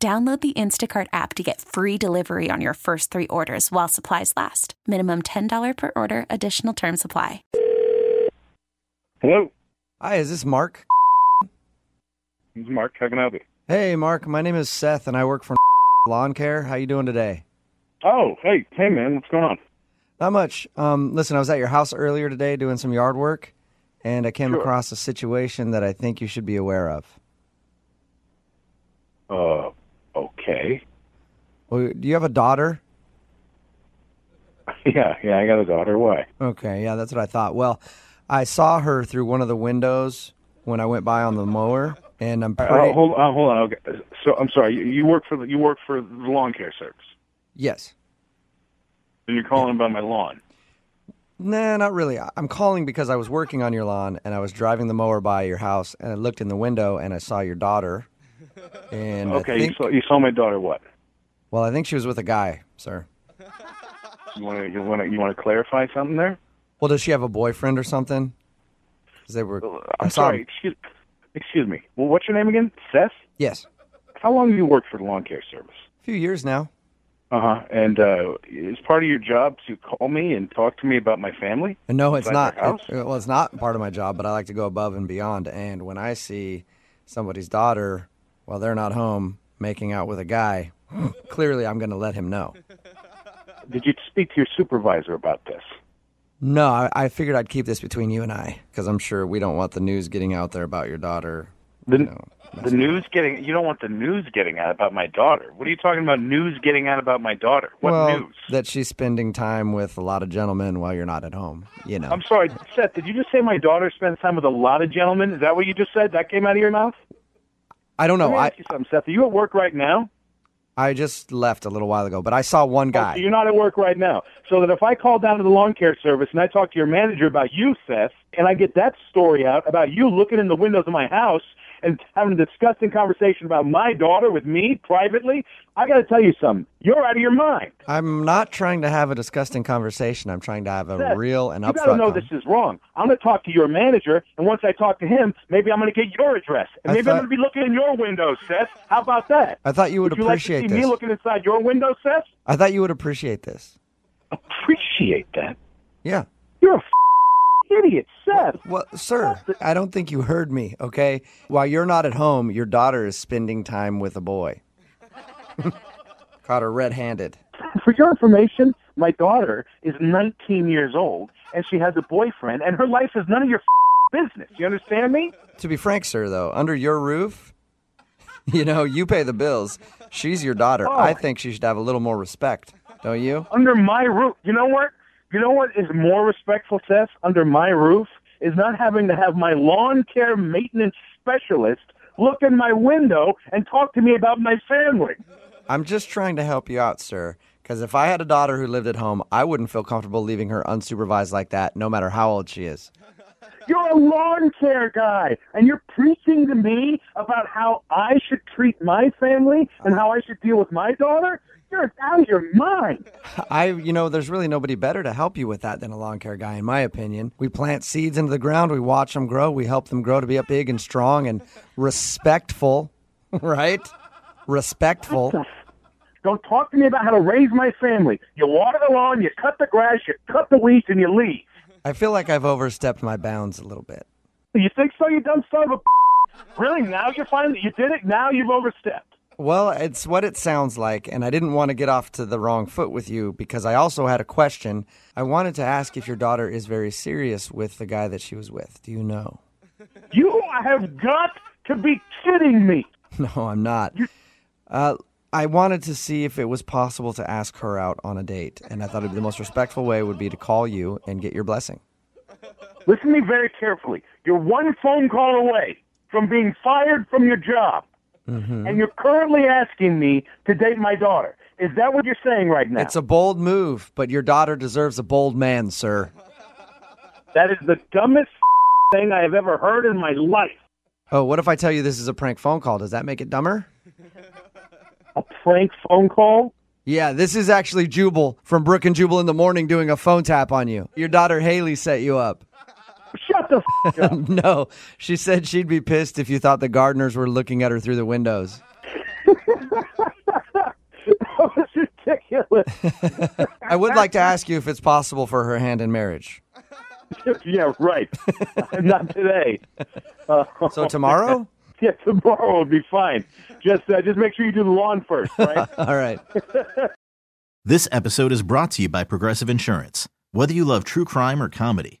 Download the Instacart app to get free delivery on your first three orders while supplies last. Minimum $10 per order, additional term supply. Hello, Hi, is this Mark? this is Mark. How can I help you? Hey, Mark. My name is Seth, and I work for Lawn Care. How you doing today? Oh, hey, hey, man, what's going on? Not much. Um, listen, I was at your house earlier today doing some yard work, and I came Sure. across a situation that I think you should be aware of. Uh, okay. Well, do you have a daughter? Yeah, yeah, I got a daughter. Why? Okay, yeah, that's what I thought. Well, I saw her through one of the windows when I went by on the mower, and I'm pretty. Oh, hold on, hold on. Okay. So I'm sorry. You, you work for the, you work for the lawn care service, yes. and you're calling about my lawn. Nah, not really. I- I'm calling because I was working on your lawn and I was driving the mower by your house, and I looked in the window and I saw your daughter. And I Okay, think- you saw you saw my daughter. What? Well, I think she was with a guy, sir. You want to you want to you want to clarify something there? Well, does she have a boyfriend or something? 'Cause they were. I Uh, I'm saw sorry. him. Excuse excuse me. Well, what's your name again? Seth. Yes, How long have you worked for the lawn care service? a few years now. Uh-huh. And uh is part of your job to call me and talk to me about my family? And no, it's Like not. your house? it- well, it's not part of my job, but I like to go above and beyond. And when I see somebody's daughter while they're not home making out with a guy, clearly I'm going to let him know. Did you speak to your supervisor about this? No, I, I figured I'd keep this between you and I because I'm sure we don't want the news getting out there about your daughter. The, you know, the news getting you don't want the news getting out about my daughter. What are you talking about news getting out about my daughter? What well, news? that she's spending time with a lot of gentlemen while you're not at home. You know. I'm sorry, Seth, did you just say my daughter spends time with a lot of gentlemen? Is that what you just said? That came out of your mouth? I don't Let know. me I ask you something, Seth. Are you at work right now? I just left a little while ago, but I saw one Oh, guy. so you're not at work right now. So that if I call down to the lawn care service and I talk to your manager about you, Seth, and I get that story out about you looking in the windows of my house and having a disgusting conversation about my daughter with me privately, I got to tell you something. You're out of your mind. I'm not trying to have a disgusting conversation. I'm trying to have a Seth, real and you got to upfront. know con- this is wrong. I'm going to talk to your manager, and once I talk to him, maybe I'm going to get your address, and I maybe thought- I'm going to be looking in your windows, Seth. How about that? I thought you would, you like to appreciate see this. me looking inside your window, Seth? I thought you would appreciate this. Appreciate that. Yeah. You're a f- idiot, Seth. Well, sir, I don't think you heard me, okay? While you're not at home, your daughter is spending time with a boy. Caught her red handed. For your information, my daughter is 19 years old, and she has a boyfriend, and her life is none of your f- business. You understand me? To be frank, sir, though, under your roof, you know, you pay the bills. She's your daughter. Oh. I think she should have a little more respect, don't you? Under my roof, you know what? You know what is more respectful, Seth? Under my roof is not having to have my lawn care maintenance specialist look in my window and talk to me about my family. I'm just trying to help you out, sir. Because if I had a daughter who lived at home, I wouldn't feel comfortable leaving her unsupervised like that, no matter how old she is. You're a lawn care guy, and you're preaching to me about how I should treat my family and how I should deal with my daughter? You're out of your mind. I, you know, there's really nobody better to help you with that than a lawn care guy, in my opinion. We plant seeds into the ground, we watch them grow, we help them grow to be up big and strong and respectful, right? Respectful. Don't talk to me about how to raise my family. You water the lawn, you cut the grass, you cut the weeds, and you leave. I feel like I've overstepped my bounds a little bit. You think so, you dumb son of a Really? Now you're finally, you did it, now you've overstepped. Well, it's what it sounds like, and I didn't want to get off to the wrong foot with you because I also had a question. I wanted to ask if your daughter is very serious with the guy that she was with. Do you know? You have got to be kidding me. No, I'm not. Uh, I wanted to see if it was possible to ask her out on a date, and I thought it'd be the most respectful way would be to call you and get your blessing. Listen to me very carefully. You're one phone call away from being fired from your job. and you're currently asking me to date my daughter. Is that what you're saying right now? It's a bold move, but your daughter deserves a bold man, sir. that is the dumbest thing I have ever heard in my life. Oh, what if I tell you this is a prank phone call? Does that make it dumber? A prank phone call? Yeah, this is actually Jubal from Brook and Jubal in the morning doing a phone tap on you. Your daughter Haley set you up. Shut the f- up. No, she said she'd be pissed if you thought the gardeners were looking at her through the windows. That was ridiculous. I would like to ask you if it's possible for her hand in marriage. yeah, right. Not today. Uh, So tomorrow? yeah, tomorrow will be fine. Just, uh, just make sure you do the lawn first, right? All right. This episode is brought to you by Progressive Insurance. Whether you love true crime or comedy,